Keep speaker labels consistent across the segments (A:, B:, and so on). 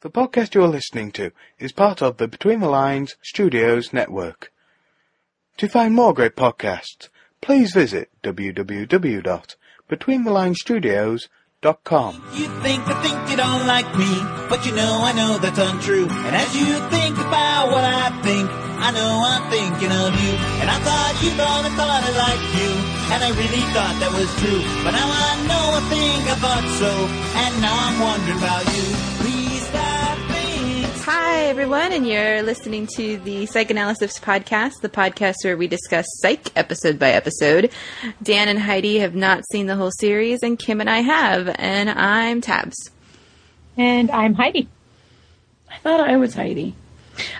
A: The podcast you are listening to is part of the Between the Lines Studios network. To find more great podcasts, please visit www.betweenthelinestudios.com.
B: You think I think you don't like me, but you know I know that's untrue. And as you think about what I think, I know I'm thinking of you. And I thought you thought I thought I liked you, and I really thought that was true. But now I know I think I thought so, and now I'm wondering about you. Please stop thinking.
C: Hi, everyone, and you're listening to the Psychanalysis Podcast, the podcast where we discuss psych episode by episode. Dan and Heidi have not seen the whole series, and Kim and I have, and I'm Tabs.
D: And I'm Heidi.
E: I thought I was Heidi.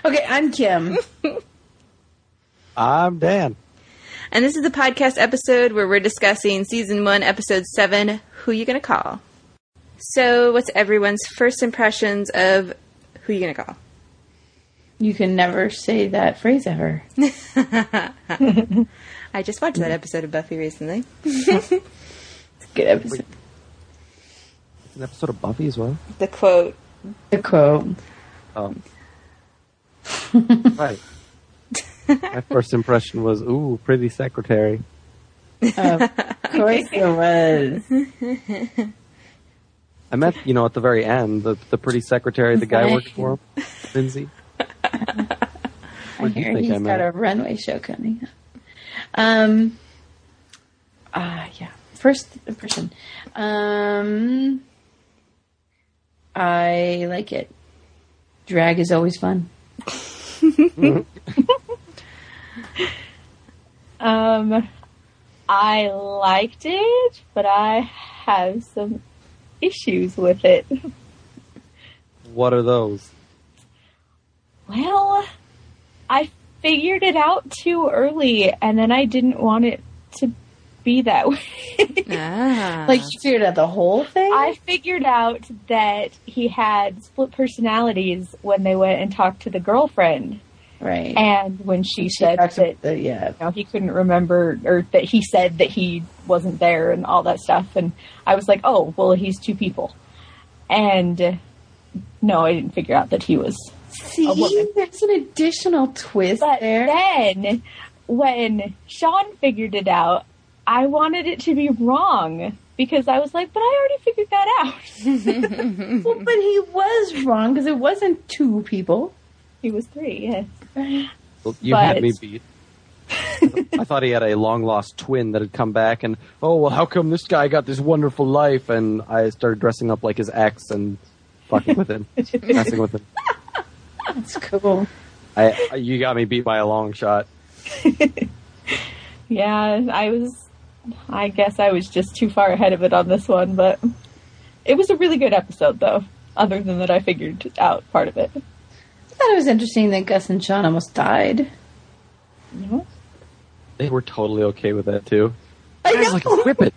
E: Okay, I'm Kim.
F: I'm Dan.
C: And this is the podcast episode where we're discussing season one, episode seven, Who You Gonna Call? So, what's everyone's first impressions of Who You Gonna Call?
E: you can never say that phrase ever.
C: I just watched that episode of Buffy recently.
E: It's a good episode.
F: It's an episode of Buffy as well.
C: The quote,
E: The quote.
F: Oh. right. My first impression was, ooh, pretty secretary.
E: Of course it was.
F: I met, you know, at the very end, the, the pretty secretary, the guy worked for him, Lindsay.
E: I
F: do you
E: hear
F: think
E: he's
F: I
E: got
F: meant?
E: a runway show coming up. Um. Ah, yeah. First impression. Um. I like it. Drag is always fun.
D: Um, I liked it, but I have some issues with it.
F: What are those?
D: Well, I figured it out too early, and then I didn't want it to be that way.
C: ah,
E: Like you figured out the whole thing.
D: I figured out that he had split personalities when they went and talked to the girlfriend,
E: right.
D: and when she,
E: She
D: said
E: talks
D: that
E: about the- yeah.
D: you know, he couldn't remember or that he said that he wasn't there and all that stuff. And I was like, oh, well, he's two people. And uh, no, I didn't figure out that he was.
E: See,
D: woman.
E: there's an additional twist
D: But
E: there.
D: then when Sean figured it out, I wanted it to be wrong because I was like, but I already figured that out.
E: Well, but he was wrong because it wasn't two people.
D: he was three, yes.
F: Well, you
D: But-
F: had me beat. I th- I thought he had a long lost twin that had come back, and oh well, how come this guy got this wonderful life? And I started dressing up like his ex and fucking with him, messing with him.
E: That's cool.
F: I, I- you got me beat by a long shot.
D: Yeah, I was. I guess I was just too far ahead of it on this one, but it was a really good episode, though. Other than that, I figured out part of it.
E: I thought it was interesting that Gus and Sean almost died.
F: They were totally okay with that too.
E: I
F: It was like a whippet.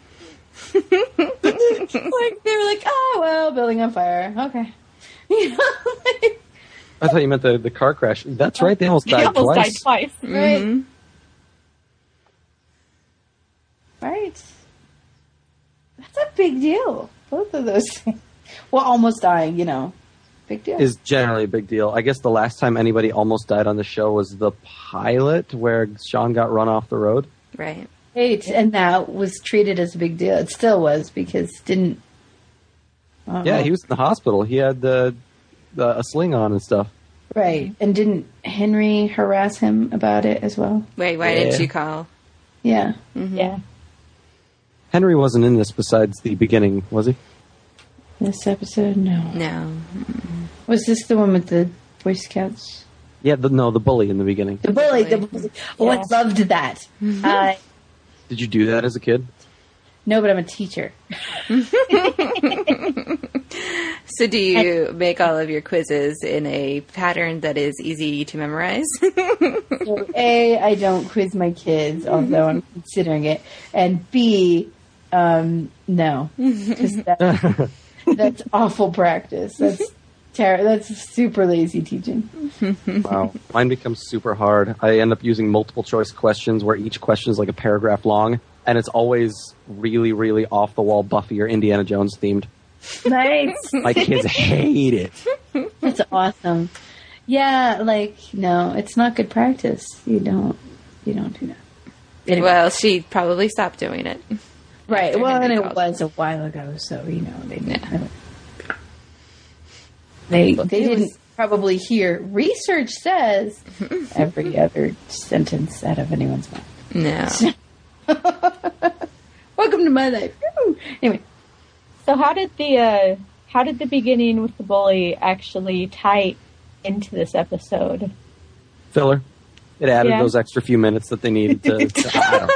E: like they were like, oh well, building on fire. Okay. You know, like,
F: I thought you meant the, the car crash. That's right. They almost
D: I
F: died
D: almost
F: twice.
D: died twice.
E: right. Right. That's a big deal. Both of those things. Well, almost dying, you know. Big deal.
F: Is generally a big deal. I guess the last time anybody almost died on the show was the pilot where Sean got run off the road.
C: right.
E: Right, and that was treated as a big deal. It still was because it didn't. I don't
F: Yeah,
E: know.
F: he was in the hospital. He had the, the a sling on and stuff.
E: right. And didn't Henry harass him about it as well?
C: Wait, why didn't
F: Yeah.
C: you call?
E: Yeah,
D: Yeah.
F: Henry wasn't in this besides the beginning, was he?
E: this episode, no.
C: No.
E: Was this the one with the Boy Scouts?
F: Yeah, the, no, the bully in the beginning.
E: The bully. The bully. Oh, I
D: Yeah.
E: loved that. Uh,
F: Did you do that as a kid?
E: no, but I'm a teacher.
C: So, do you make all of your quizzes in a pattern that is easy to memorize?
E: So, a, I don't quiz my kids, although I'm considering it, and B, um, no, 'Cause that- that's awful practice. That's ter- That's super lazy teaching.
F: Wow. Mine becomes super hard. I end up using multiple choice questions where each question is like a paragraph long, and it's always really, really off the wall Buffy or Indiana Jones themed.
E: nice.
F: My kids hate it.
E: That's awesome. Yeah, like no, it's not good practice. You don't, you don't do that. Anyway,
C: Well, she probably stopped doing it.
E: right.
C: after
E: Well, and
C: Henry
E: it
C: called.
E: was a while ago, so you know they
C: Yeah.
E: they
C: Well,
E: they
C: it
E: didn't
C: was-
E: probably hear. Research says every other sentence out of anyone's mouth.
C: No.
E: Welcome to my life. Woo! Anyway,
D: So how did the uh, how did the beginning with the bully actually tie into this episode?
F: Filler. It added
D: Yeah.
F: those extra few minutes that they needed to. to I don't know.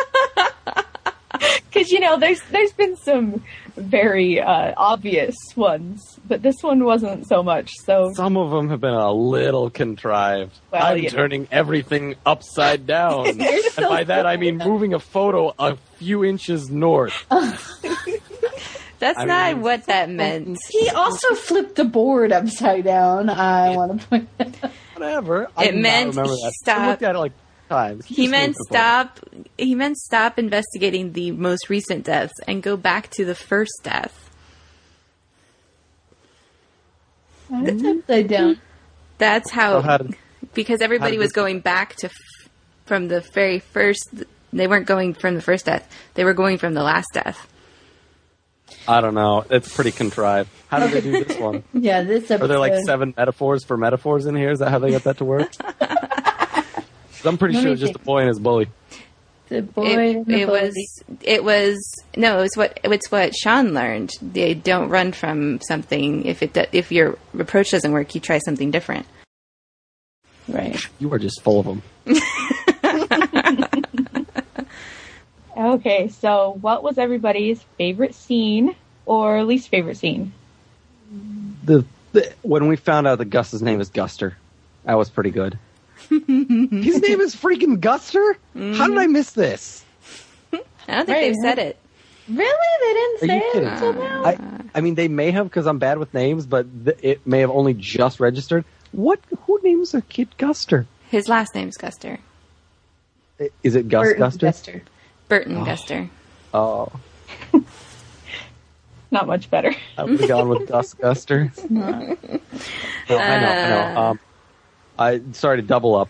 D: Because you know, there's there's been some very uh, obvious ones, but this one wasn't so much. So
F: Some of them have been a little contrived.
D: Well,
F: I'm
D: yeah.
F: turning everything upside down. and by that, I mean moving a photo a few inches north.
C: That's
F: I
C: not
F: mean-
C: what that meant.
E: he also flipped the board upside down. I want to point. That out.
F: Whatever. I
C: It
F: did not
C: meant
F: remember
C: he
F: that. I
C: stopped-
F: looked at it like times.
C: He
F: Just
C: meant
F: moved the photo.
C: stop. He meant stop investigating the most recent deaths and go back to the first death.
E: Why is it upside down.
C: That's how,
F: So how did-
C: because everybody
F: did
C: was
F: this-
C: going back to f- from the very first. They weren't going from the first death. They were going from the last death.
F: I don't know. It's pretty contrived. How did they do this one?
E: Yeah, this episode.
F: Are there like seven metaphors for metaphors in here? Is that how they got that to work? 'Cause I'm pretty
E: Let
F: sure
E: me
F: it's just a
E: think.
F: boy and his bully.
E: The boy
C: It,
E: and the
C: it
E: bully.
C: was. It was no. It was what. It's what Sean learned. They don't run from something. If it do- if your approach doesn't work, you try something different.
E: right.
F: You are just full of them.
D: okay, so what was everybody's favorite scene or least favorite scene?
F: The, the when we found out that Gus's name is Guster, that was pretty good. his name is freaking Guster. How did I miss this?
C: I don't think
E: Right,
C: they've said
E: huh?
C: it.
E: Really, they
F: Are
E: didn't
F: you
E: say it
F: kidding?
E: until now.
F: I, I mean, they may have because I'm bad with names, but th- it may have only just registered. What? Who names a kid Guster?
C: His last name's Guster.
F: I- Is it Gus
E: Burton
F: Guster?
E: Guster.
C: Burton Guster.
F: Oh,
D: Not much better.
F: I would have gone with Gus Guster. No, I know, I know. Um, I sorry to double up.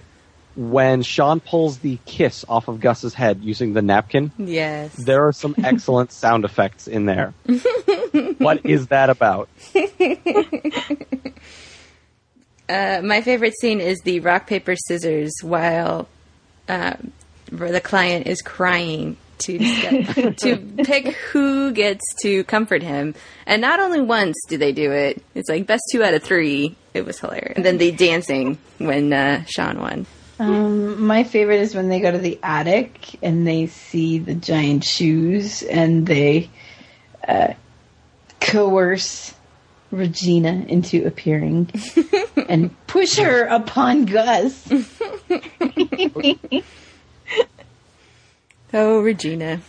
F: When Sean pulls the kiss off of Gus's head using the napkin,
C: Yes.
F: there are some excellent sound effects in there. what is that about?
C: Uh, my favorite scene is the rock paper scissors while uh, where the client is crying to discuss- to pick who gets to comfort him. And not only once do they do it; it's like best two out of three. It was hilarious. And then the dancing when uh, Sean won.
E: Um, my favorite is when they go to the attic and they see the giant shoes and they uh, coerce Regina into appearing and push her upon Gus.
C: Oh, Regina.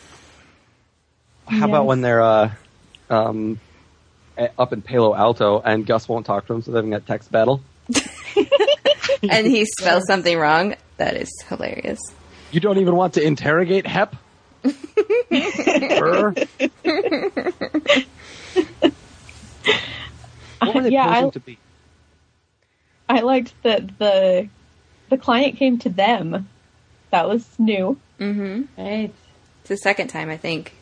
F: How about when they're uh, um, a- up in Palo Alto and Gus won't talk to him, so they've got text battle?
C: And he spells something wrong. That is hilarious.
F: You don't even want to interrogate Hep? Brr. what were they
D: Yeah,
F: posing
D: I-
F: to be?
D: I liked that the the client came to them. That was new.
E: Right.
C: It's the second time I think.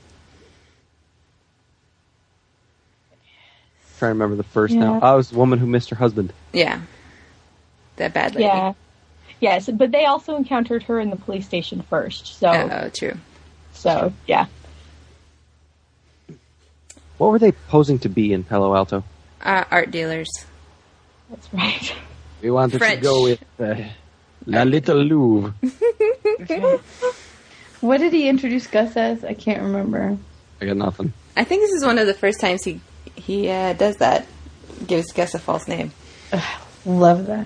F: trying to remember the first
D: Yeah.
F: now. I was the woman who missed her husband.
C: Yeah, that bad lady.
D: Yeah. Yes, but they also encountered her in the police station first. So
C: Oh, true.
D: so yeah.
F: What were they posing to be in Palo Alto?
C: Uh, art dealers.
D: That's right.
F: We wanted
C: French.
F: to go with uh, La Little Louvre.
E: What did he introduce Gus as? I can't remember.
F: I got nothing.
C: I think this is one of the first times he he uh, does that. Gives Gus a false name.
E: Love that.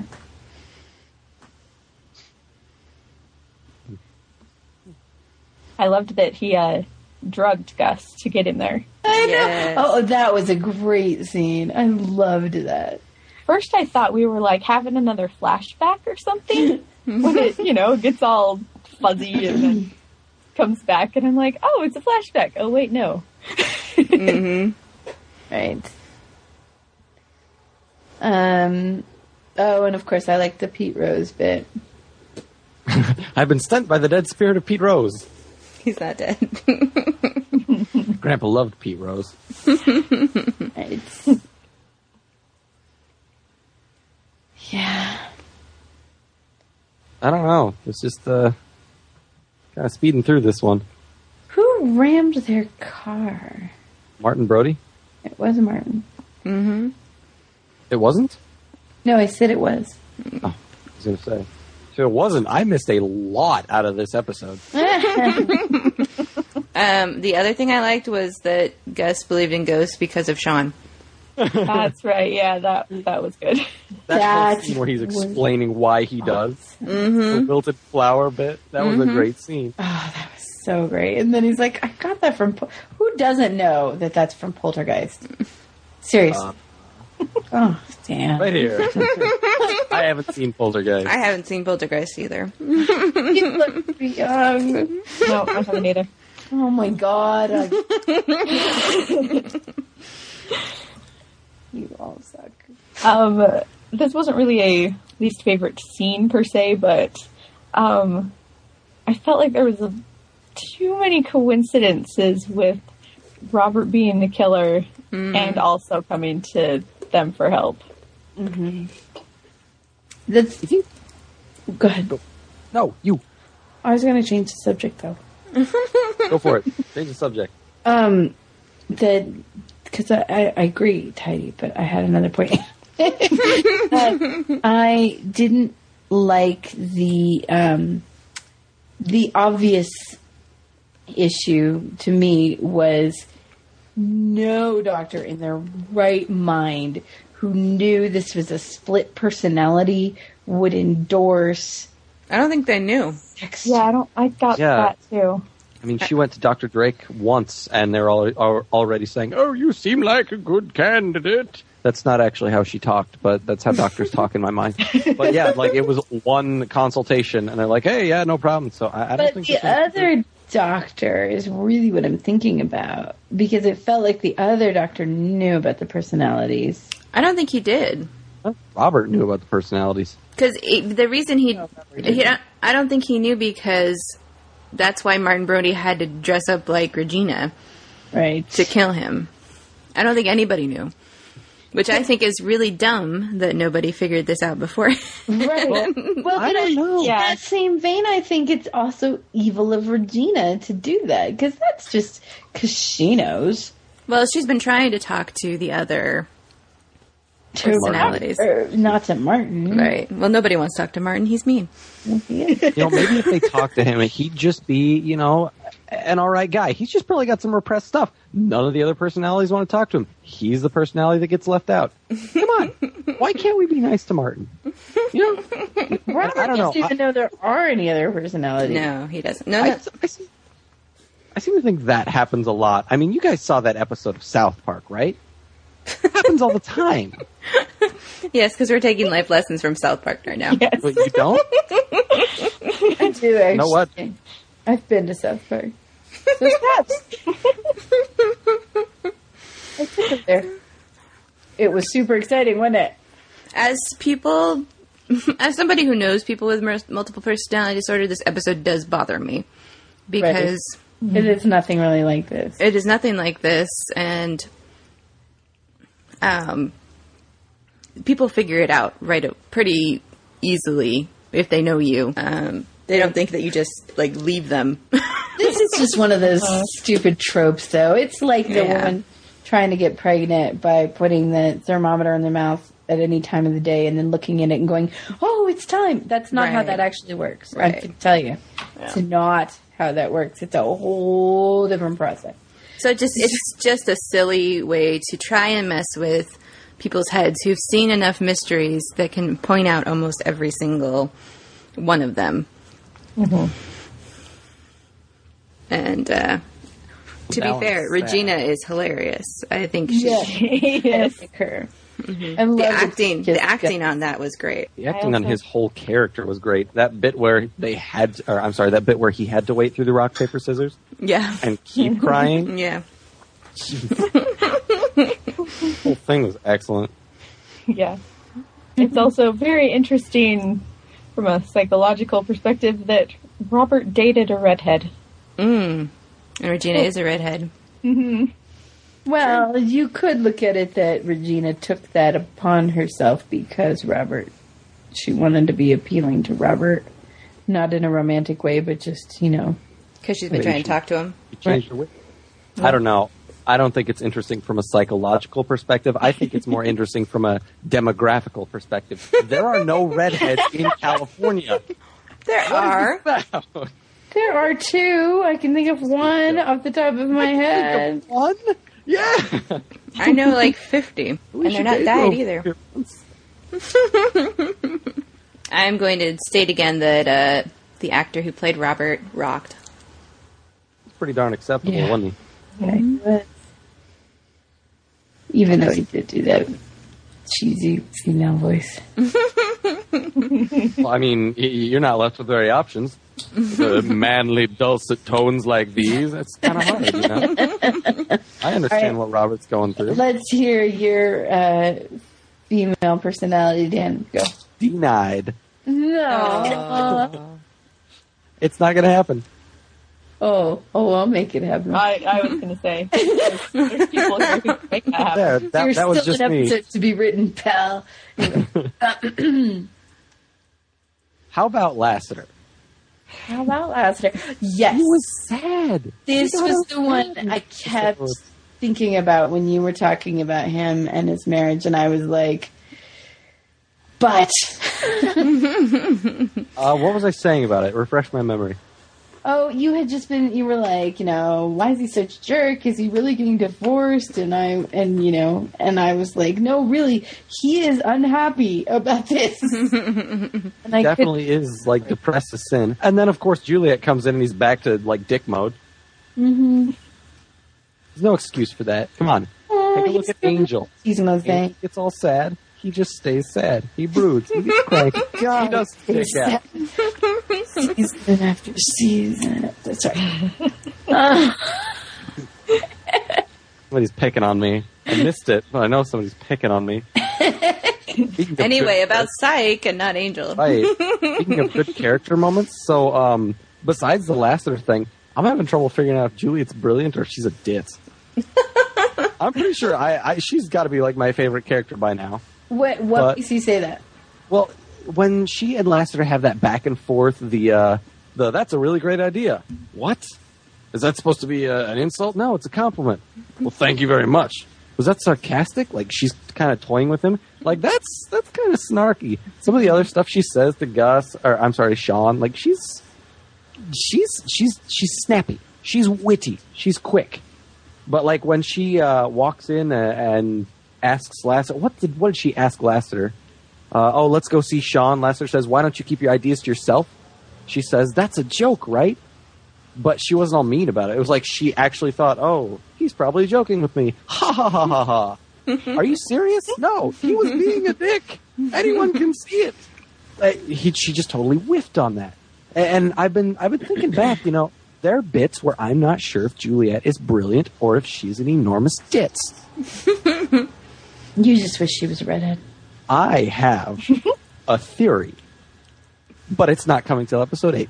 D: I loved that he uh drugged Gus to get him there.
E: I know.
C: Yes.
E: Oh, that was a great scene. I loved that.
D: First I thought we were like having another flashback or something when it, you know, gets all fuzzy and then comes back and I'm like, "Oh, it's a flashback." Oh, wait, no.
E: Right. Um, oh, and of course, I like the Pete Rose bit.
F: I've been sent by the dead spirit of Pete Rose.
C: He's not dead.
F: Grandpa loved Pete Rose.
E: It's, yeah.
F: I don't know. It's just uh, kind of speeding through this one.
E: Who rammed their car?
F: Martin Brody.
E: It was Martin.
F: It wasn't.
E: No, I said it was.
F: Oh, I was gonna say. If it wasn't, I missed a lot out of this episode.
C: um, the other thing I liked was that Gus believed in ghosts because of Sean.
D: That's right. Yeah, that that was good.
F: That whole
E: That
F: scene where he's
E: was-
F: explaining why he does the
C: Mm-hmm.
F: wilted flower bit. That was a great scene.
E: So great. And then he's like, I got that from. Pol- Who doesn't know that that's from Poltergeist? Seriously.
F: Um,
E: oh, damn.
F: Right here. I haven't seen Poltergeist.
C: I haven't seen Poltergeist either.
E: You look young.
D: No, I haven't either.
E: Oh my god. I- you all suck.
D: Um, this wasn't really a least favorite scene per se, but um, I felt like there was a, too many coincidences with Robert being the killer and also coming to them for help.
E: That's. Go ahead.
F: No, you.
E: I was going to change the subject though.
F: Go for it. Change the subject.
E: Um, the because I, I, I agree, Tidy, but I had another point. I didn't like the um, the obvious issue to me was no doctor in their right mind who knew this was a split personality would endorse
C: I don't think they knew.
E: sex.
D: Yeah, I don't. I got
F: Yeah.
D: that too.
F: I mean, she went to Dr. Drake once, and they're all, are already saying, Oh, you seem like a good candidate. That's not actually how she talked, but that's how doctors talk in my mind. But yeah, like it was one consultation, and they're like, Hey, yeah, no problem. So I, I don't
E: But
F: think
E: the
F: this is-
E: other doctor is really what I'm thinking about because it felt like the other doctor knew about the personalities.
C: I don't think he did.
F: Robert knew about the personalities.
C: Because the reason he, he don't, I don't think he knew because that's why Martin Brody had to dress up like Regina
E: Right.
C: to kill him. I don't think anybody knew, which I think is really dumb that nobody figured this out before.
E: Right. Well,
F: I
E: but
F: don't
E: in
F: know.
E: that same vein, I think it's also evil of Regina to do that because that's just because she knows.
C: well, she's been trying to talk to the other personalities.
E: Or not to Martin.
C: Mm-hmm. Right. Well, nobody wants to talk to Martin. He's mean.
E: Yeah.
F: You know, maybe if they talked to him, he'd just be, you know, an all right guy. He's just probably got some repressed stuff. None of the other personalities want to talk to him. He's the personality that gets left out. Come on, why can't we be nice to Martin? You know,
E: Robert
F: I don't know.
E: doesn't even know there are any other personalities.
C: No, he doesn't. No,
F: I,
C: no.
F: I, seem, I seem to think that happens a lot. I mean, you guys saw that episode of South Park, right? It happens all the time.
C: yes, because we're taking life lessons from South Park right now.
F: But you don't?
E: I do actually.
F: know what?
E: I've been to South Park. There's cops. I took them there. It was super exciting, wasn't it?
C: As people, as somebody who knows people with mer- multiple personality disorder, this episode does bother me because
E: It is nothing really like this.
C: it is nothing like this, and um, people figure it out right o- pretty easily if they know you. Um, they don't think that you just like leave them.
E: This is just one of those stupid tropes, though. It's like the
C: Yeah.
E: woman trying to get pregnant by putting the thermometer in their mouth at any time of the day and then looking at it and going, "Oh, it's time." That's not how
C: Right.
E: that actually works. I
C: Right.
E: can tell you, it's not how that works. It's a whole different process.
C: So it just it's just a silly way to try and mess with people's heads who've seen enough mysteries that can point out almost every single one of them. Mm-hmm. And uh, to be
F: Balance
C: fair,
F: that.
C: Regina is hilarious. I think she,
E: yes, her. I
C: the
E: love that she
C: acting
E: just
C: the acting on that was great.
F: The acting on his whole character was great. That bit where they had, or I'm sorry, that bit where he had to wait through the rock, paper, scissors
C: Yeah,
F: and keep crying.
C: yeah.
F: the whole thing was excellent.
D: Yeah, It's also very interesting from a psychological perspective that Robert dated a redhead.
C: Mm. And Regina is a redhead.
E: Well, you could look at it that Regina took that upon herself because Robert, she wanted to be appealing to Robert, not in a romantic way, but just you know,
C: Because she's been trying to talk to him.
F: You change your way. I don't know. I don't think it's interesting from a psychological perspective. I think it's more interesting from a demographical perspective. There are no redheads in California.
C: There are.
E: there are two. I can think of one off the top of my head.
F: One? Yeah.
C: I know like 50. and they're not dyed either. I'm going to state again that uh, the actor who played Robert rocked.
F: Pretty darn acceptable,
E: Yeah.
F: wasn't he?
E: But- Even though he did do that cheesy female voice.
F: Well, I mean, y- y- you're not left with very options. The manly, dulcet tones like these, that's kind of hard, you know? I understand what Robert's going through.
E: Let's hear your uh, female personality, Dan. Go.
F: Denied.
E: No.
F: It's not going to happen.
E: Oh, oh, I'll make it happen.
D: I, I was going to say, there's, there's people here who can make that happen.
F: There, that,
E: There's
F: that was
E: still
F: just
E: an
F: me.
E: episode to be written, pal.
F: How about Lassiter?
E: How about Lassiter? Yes.
F: He was sad.
E: this
F: He got
E: was
F: a
E: the one
F: sad
E: I kept
F: episode.
E: thinking about when you were talking about him and his marriage, and I was like, but.
F: Uh, what was I saying about it? Refresh my memory.
E: Oh, you had just been. You were like, you know, why is he such a jerk? Is he really getting divorced? And I, and you know, and I was like, no, really, he is unhappy about this. and I could,
F: Definitely is like depressed as sin. And then of course Juliet comes in and he's back to like dick mode. Mm-hmm. There's no excuse for that. Come on,
E: Oh,
F: take a
E: he's
F: look at
E: so-
F: Angel.
E: he's no thing.
F: It's all sad. He just stays sad. He broods. He gets cranky. he does stick
E: He's
F: out.
E: sad. season after season. That's right.
F: Somebody's picking on me. I missed it, but I know somebody's picking on me. Speaking of
C: Anyway,
F: good-
C: about Psych and not Angel.
F: Right. Speaking of good character moments, so um, besides the Lassiter thing, I'm having trouble figuring out if Juliet's brilliant or if she's a ditz. I'm pretty sure I, I she's got to be like my favorite character by now.
E: What? What
F: But-
E: makes you say that?
F: Well, when she and Lassiter have that back and forth, the uh, the that's a really great idea. What is that supposed to be uh an insult? No, it's a compliment. Well, thank you very much. Was that sarcastic? Like she's kind of toying with him. Like that's that's kind of snarky. Some of the other stuff she says to Gus, or I'm sorry, Sean. Like she's she's she's she's snappy. She's witty. She's quick. But like when she uh, walks in uh, and asks Lassiter, what did what did she ask Lassiter? Uh, oh, let's go see Sean. Lassiter says, why don't you keep your ideas to yourself? She says, that's a joke, right? But she wasn't all mean about it. It was like she actually thought, oh, he's probably joking with me. Ha ha ha ha ha. Are you serious? No, he was being a dick. Anyone can see it. Uh, he, she just totally whiffed on that. A- And I've been, I've been thinking back. You know, there are bits where I'm not sure if Juliet is brilliant or if she's an enormous ditz.
E: You just wish she was a redhead.
F: I have a theory, but it's not coming till episode eight.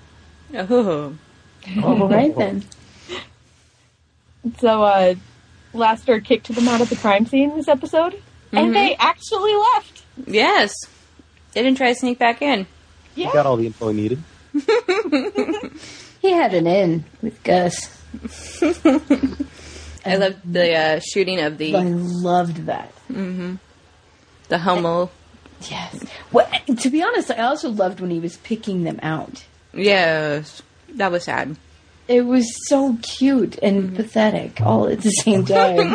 C: Oh.
E: All right then.
D: So, uh, Laster kicked them out of the crime scene this episode,
E: Mm-hmm.
D: and they actually left.
C: Yes. They didn't try to sneak back in.
F: You
D: Yeah.
F: got all the info I needed.
E: He had an in with Gus.
C: I loved the uh, shooting of the,
E: I loved that.
C: the Hummel.
E: Yes. Well, to be honest, I also loved when he was picking them out.
C: Yes. That was sad.
E: It was so cute and
C: Mm-hmm.
E: pathetic all at the same time.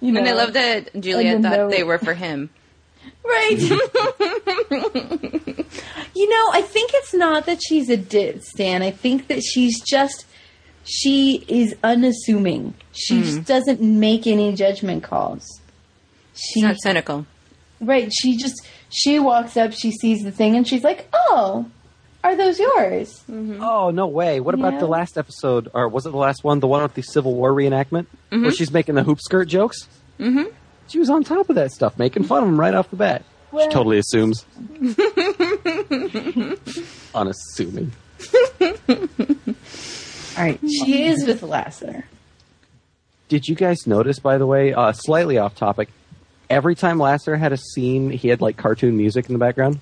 E: You
C: And I
E: know?
C: love that Juliet
E: And then
C: thought
E: no-
C: they were for him.
E: Right. you know, I think it's not that she's a dit, Stan. I think that she's just she is unassuming. She
C: Mm-hmm.
E: just doesn't make any judgment calls. She
C: She's not cynical.
E: right, she just she walks up, she sees the thing and she's like, "Oh, are those yours?"
C: Mm.
F: Oh no way! What about
E: Yeah.
F: the last episode, or was it the last one? The one with the Civil War reenactment, where she's making the hoop skirt jokes. Mm-hmm. She was on top of that stuff, making fun of him right off the bat. She totally assumes. Unassuming.
E: All right, she is with Lasser.
F: Did you guys notice, by the way, uh, slightly off topic, every time Lasser had a scene, he had like cartoon music in the background?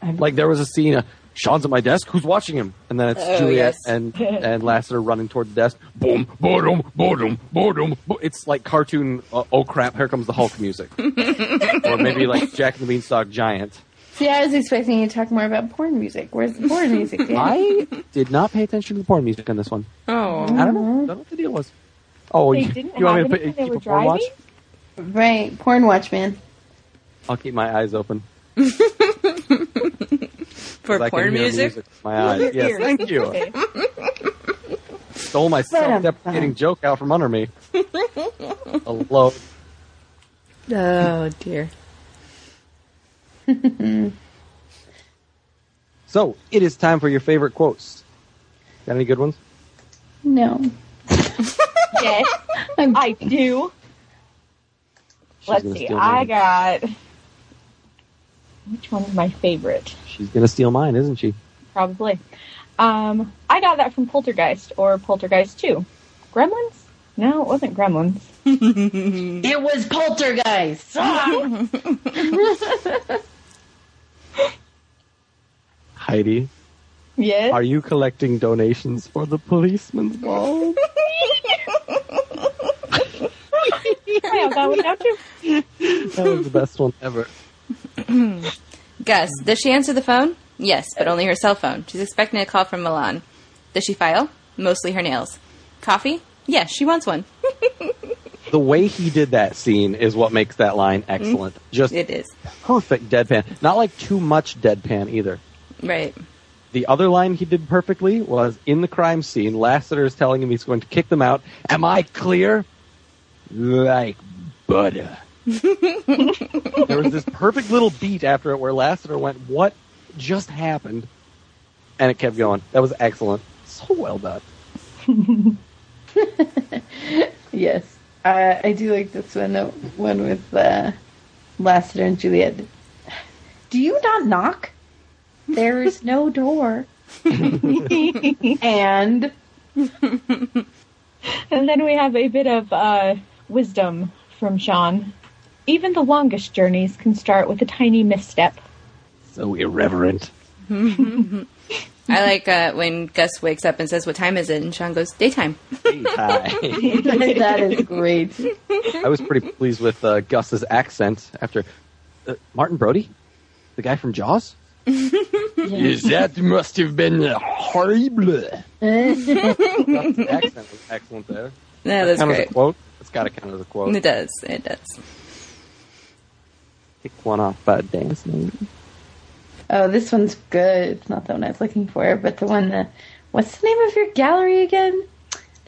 E: I'm-
F: Like there was a scene, uh, Sean's at my desk, who's watching him? And then it's
C: Oh,
F: Juliet
C: yes.
F: and, and Lasser running toward the desk. Boom, boom, boom, boom, boom. It's like cartoon, uh, oh crap, here comes the Hulk music. or maybe like Jack and the Beanstalk Giant.
E: See, I was expecting you to talk more about porn music. Where's the porn music? Dan?
F: I did not pay attention to the porn music on this one.
C: Oh.
F: I don't know. I don't know what the deal was. Oh,
D: Mm-hmm. They
F: you,
D: didn't
F: you want me
D: have
F: to put,
D: any
F: keep
D: when they
F: a
D: were
F: porn watch?
D: driving?
E: Right, porn watchman.
F: I'll keep my eyes open.
C: For
F: 'cause I can
C: porn
F: hear
C: music?
F: with My eyes.
D: Your
F: Yes,
D: ears.
F: thank you.
D: Okay.
F: Stole my self-deprecating joke out from under me. Hello.
C: Oh, dear.
F: So it is time for your favorite quotes. Got any good ones?
E: No,
D: Yes,
E: I'm,
D: I do.
F: She's
D: Let's
F: gonna
D: see.
F: steal
D: I
F: mine.
D: got. Which one's my favorite?
F: She's gonna steal mine, isn't she?
D: Probably. Um, I got that from Poltergeist or Poltergeist 2. Gremlins? No, it wasn't Gremlins.
E: it was poltergeist. Ah!
F: Heidi,
D: Yes.
F: are you collecting donations for the policeman's ball?
D: I got that one out too.
F: that was the best one ever.
C: Gus, does she answer the phone? Yes, but only her cell phone. She's expecting a call from Milan. Does she file? Mostly her nails. Coffee? Yes, she wants one.
F: The way he did that scene is what makes that line excellent. Just
C: Mm-hmm. It is.
F: perfect deadpan. Not like too much deadpan either.
C: Right.
F: The other line he did perfectly was in the crime scene, Lassiter is telling him he's going to kick them out. Am I clear? Like butter. there was this perfect little beat after it where Lassiter went, What just happened? And it kept going. That was excellent. So well done.
E: yes, I, I do like this one. The one with uh, Lassiter and Juliet. Do you not knock? There is no door. and
D: And then we have a bit of uh, wisdom from Sean. Even the longest journeys can start with a tiny misstep.
F: So irreverent.
C: I like uh, when Gus wakes up and says, What time is it? And Sean goes, Daytime.
F: Hey, hi.
E: that is great.
F: I was pretty pleased with uh, Gus's accent after uh, Martin Brody, the guy from Jaws.
E: Yes.
F: that must have been horrible. the accent was excellent there.
C: No, that's
F: count
C: great.
F: As a quote. It's got to count as a
C: It
F: quote.
C: does. It does.
F: Pick one off by dance name.
E: Oh, this one's good. It's not the one I was looking for, but the one that. What's the name of your gallery again?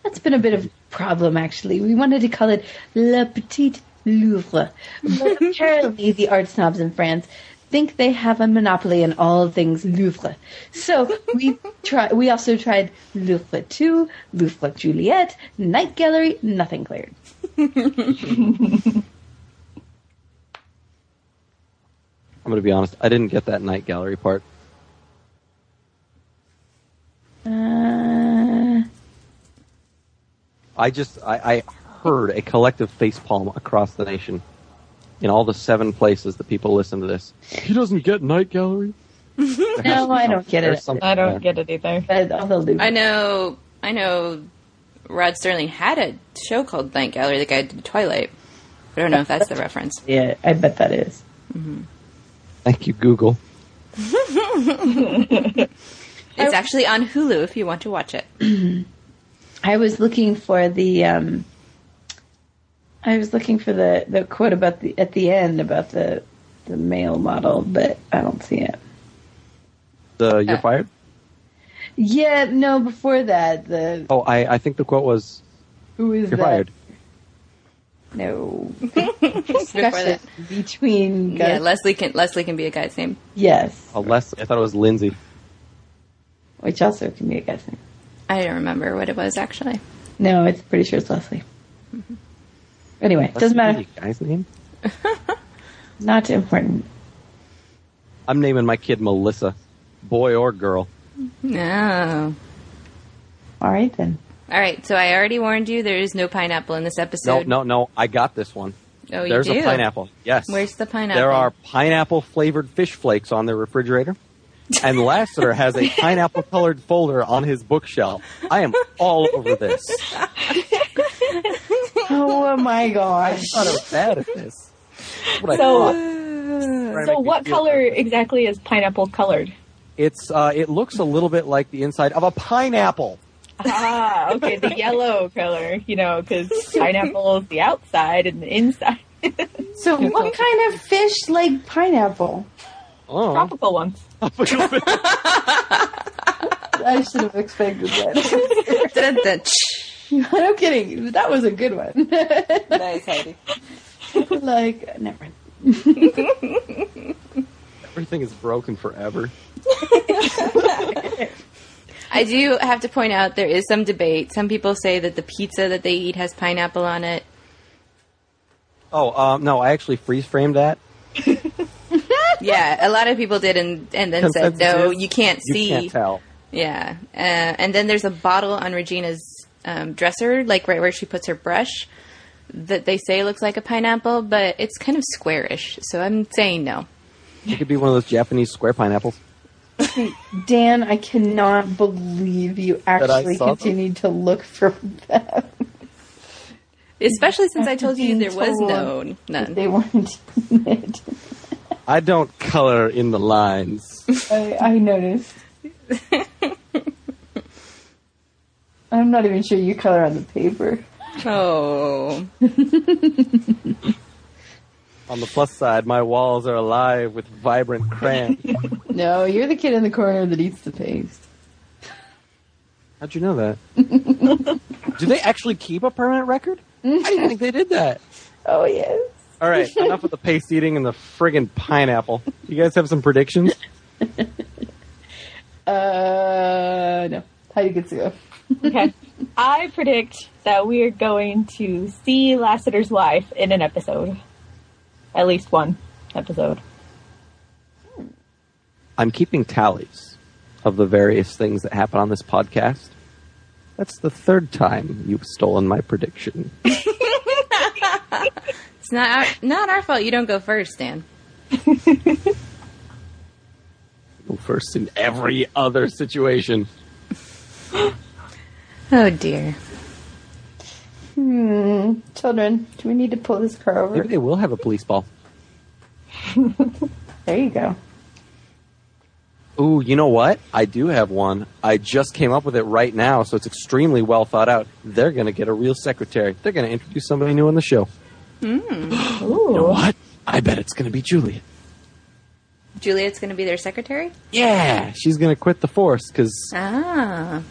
E: That's been a bit of a problem, actually. We wanted to call it Le Petit Louvre. But apparently, the art snobs in France think they have a monopoly on all things Louvre. So we try. We also tried Louvre Two, Louvre Juliet, Night Gallery. Nothing cleared.
F: I'm going to be honest. I didn't get that night gallery part.
E: Uh,
F: I just I, I heard a collective facepalm across the nation in all the seven places that people listen to this. He doesn't get night gallery.
E: no, I don't get it.
D: I don't get it either.
E: But all the Louvre.
C: I know. I know. Rod Sterling had a show called Night Gallery. The guy who did Twilight. I don't know if that's the reference.
E: Yeah, I bet that is.
F: Thank you, Google.
C: It's actually on Hulu if you want to watch it.
E: I was looking for the um I was looking for the the quote about the at the end about the the male model, but I don't see it.
F: The you're
C: Uh.
F: fired.
E: Yeah, no, before that, the
F: Oh, I I think the quote was
E: who is
F: you're
E: that?
F: fired.
E: No.
C: Before
E: Discussion
C: that.
E: between
C: Yeah,
E: guys.
C: Leslie can Leslie can be a guy's name.
E: yes,
F: Oh, Leslie. I thought it was Lindsay.
E: which also can be a guy's name.
C: I don't remember what it was actually.
E: No, it's pretty
C: Mm-hmm.
E: sure it's Leslie. Anyway, doesn't
F: Leslie
E: matter.
F: Guy's name.
E: Not important.
F: I'm naming my kid Melissa, boy or girl.
C: No.
E: All right then.
C: All right, so I already warned you there is no pineapple in this
F: No,
C: episode.
F: no, no. I got this one.
C: Oh, you
F: There's
C: do?
F: a pineapple. Yes.
C: Where's the pineapple?
F: There are pineapple flavored fish flakes on their refrigerator. And Lassiter has a pineapple colored folder on his bookshelf. I am all over this.
E: Oh my gosh.
F: I'm not bad at this. That's what I
D: So-
F: thought. Trying to
D: So
F: make me
D: what
F: feel
D: color
F: better.
D: exactly is pineapple colored?
F: It's uh, it looks a little bit like the inside of a pineapple.
D: Ah, okay, the yellow color, you know, because pineapple is the outside and the inside.
E: So what kind of fish like pineapple?
F: Oh,
D: Tropical ones.
E: I should have expected that.
C: Dun-dun-dun.
E: no kidding. That was a good one.
G: Nice, Heidi.
E: like never mind.
F: everything is broken forever.
C: I do have to point out there is some debate. Some people say that the pizza that they eat has pineapple on it.
F: Oh um, no, I actually freeze framed that.
C: Yeah, a lot of people did, and and then said no,
F: Consensus is
C: you can't
F: You
C: see.
F: can't tell.
C: Yeah, uh, and then there's a bottle on Regina's um, dresser, like right where she puts her brush, that they say looks like a pineapple, but it's kind of squarish. So I'm saying no.
F: It could be one of those Japanese square pineapples.
E: Dan, I cannot believe you actually
F: saw them.
E: continued to look for them.
C: Especially since I told you
E: Being
C: there was
E: told
C: no none.
E: They weren't in it.
F: I don't color in the lines.
E: I, I noticed. I'm not even sure you color on the paper.
C: Oh,
F: On the plus side, my walls are alive with vibrant crayon.
E: No, you're the kid in the corner that eats the paste.
F: How'd you know that? Do they actually keep a permanent record? I didn't think they did that.
E: Oh yes.
F: All right, enough with the paste eating and the friggin' pineapple. You guys have some predictions?
E: Uh, no. Heidi gets to go.
D: Okay. I predict that we are going to see Lassiter's wife in an episode. At least one episode.
F: I'm keeping tallies of the various things that happen on this podcast. That's the third time you've stolen my prediction.
C: it's not our, not our fault. You don't go first, Dan.
F: Go First in every other situation.
C: Oh dear.
E: Hmm. Children, do we need to pull this car
F: Maybe
E: over?
F: they will have a police ball.
E: There you go.
F: Ooh, you know what? I do have one. I just came up with it right now, so it's extremely well thought out. They're going to get a real secretary. They're going to introduce somebody new on the show.
C: Hmm.
D: Ooh.
F: You know what? I bet it's going to be Juliet.
C: Juliet's going to be their secretary.
F: Yeah, she's going to quit the force because
C: Ah,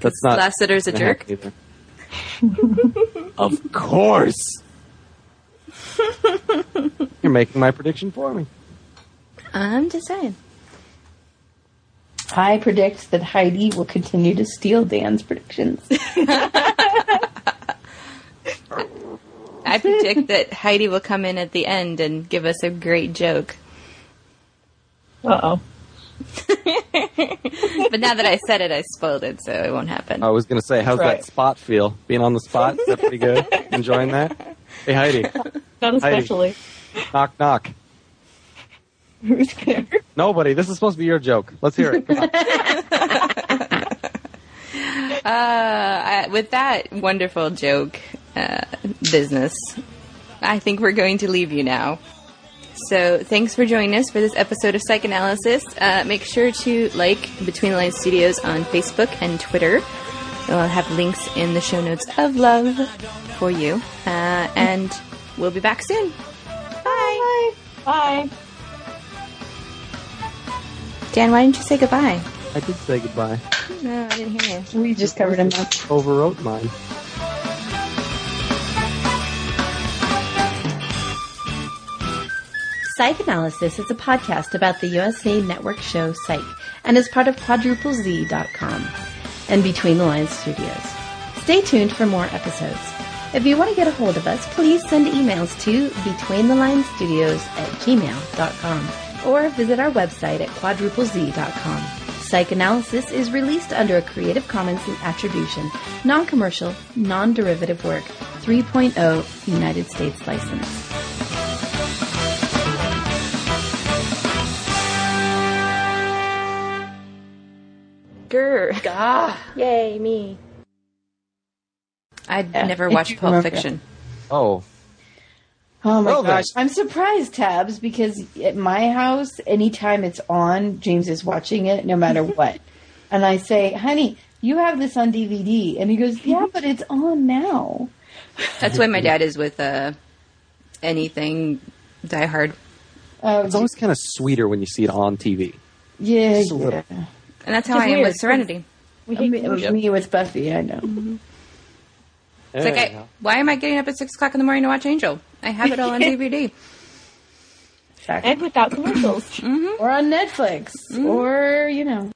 F: that's not.
C: Lassiter's a
F: gonna
C: jerk.
F: happen either. of course. You're making my prediction for me.
C: I'm just saying.
E: I predict that Heidi will continue to steal Dan's predictions.
C: I predict that Heidi will come in at the end and give us a great joke.
D: Uh oh.
C: But now that I said it, I spoiled it, so it won't happen.
F: I was going to say, how's
D: Right.
F: that spot feel? Being on the spot? Is that pretty good? Enjoying that? Hey, Heidi.
D: Not especially.
F: knock, knock.
D: Who's there?
F: Nobody. This is supposed to be your joke. Let's hear it. Come on.
C: Uh, I, with that wonderful joke uh, business, I think we're going to leave you now. So, thanks for joining us for this episode of Psychanalysis. Uh, make sure to like Between the Lines Studios on Facebook and Twitter. We'll have links in the show notes of love for you. Uh, and we'll be back soon. Bye.
D: Bye.
C: Dan, why didn't you say goodbye?
F: I did say goodbye.
C: No, I didn't hear you.
E: we just covered him up.
F: Overwrote mine.
H: Psychanalysis is a podcast about the USA Network show Psych and is part of quadruplez.com and Between the Lines Studios. Stay tuned for more episodes.
C: If you want to get a hold of us, please send emails to betweenthelines.studios at gmail.com or visit our website at quadruplez.com. Psych Analysis is released under a Creative Commons Attribution, non-commercial, non-derivative work, 3.0 United States license.
I: Grr.
C: Gah!
I: Yay, me. I'd never
E: if
I: watched
E: you
I: Pulp
E: remember.
I: Fiction.
F: Oh,
E: Oh my
F: Well then.
E: gosh. I'm surprised, Tabs, because at my house, anytime it's on, James is watching it no matter what. and I say, honey, you have this on DVD. And he goes, yeah, but it's on now.
I: That's why my dad is with uh, anything Die Hard.
E: Uh,
F: it's always kind of sweeter when you see it on TV.
E: yeah,
F: just a little.
E: yeah.
I: And that's how
D: Which
I: I
D: is
I: am
D: weird,
I: with Serenity.
D: We hate
E: Me,
D: commercials.
E: me with Buffy, I know.
I: It's like, I, why am I getting up at 6 o'clock in the morning to watch Angel? I have it all on DVD.
E: Exactly.
D: and without commercials.
E: Or on Netflix. Or, you know.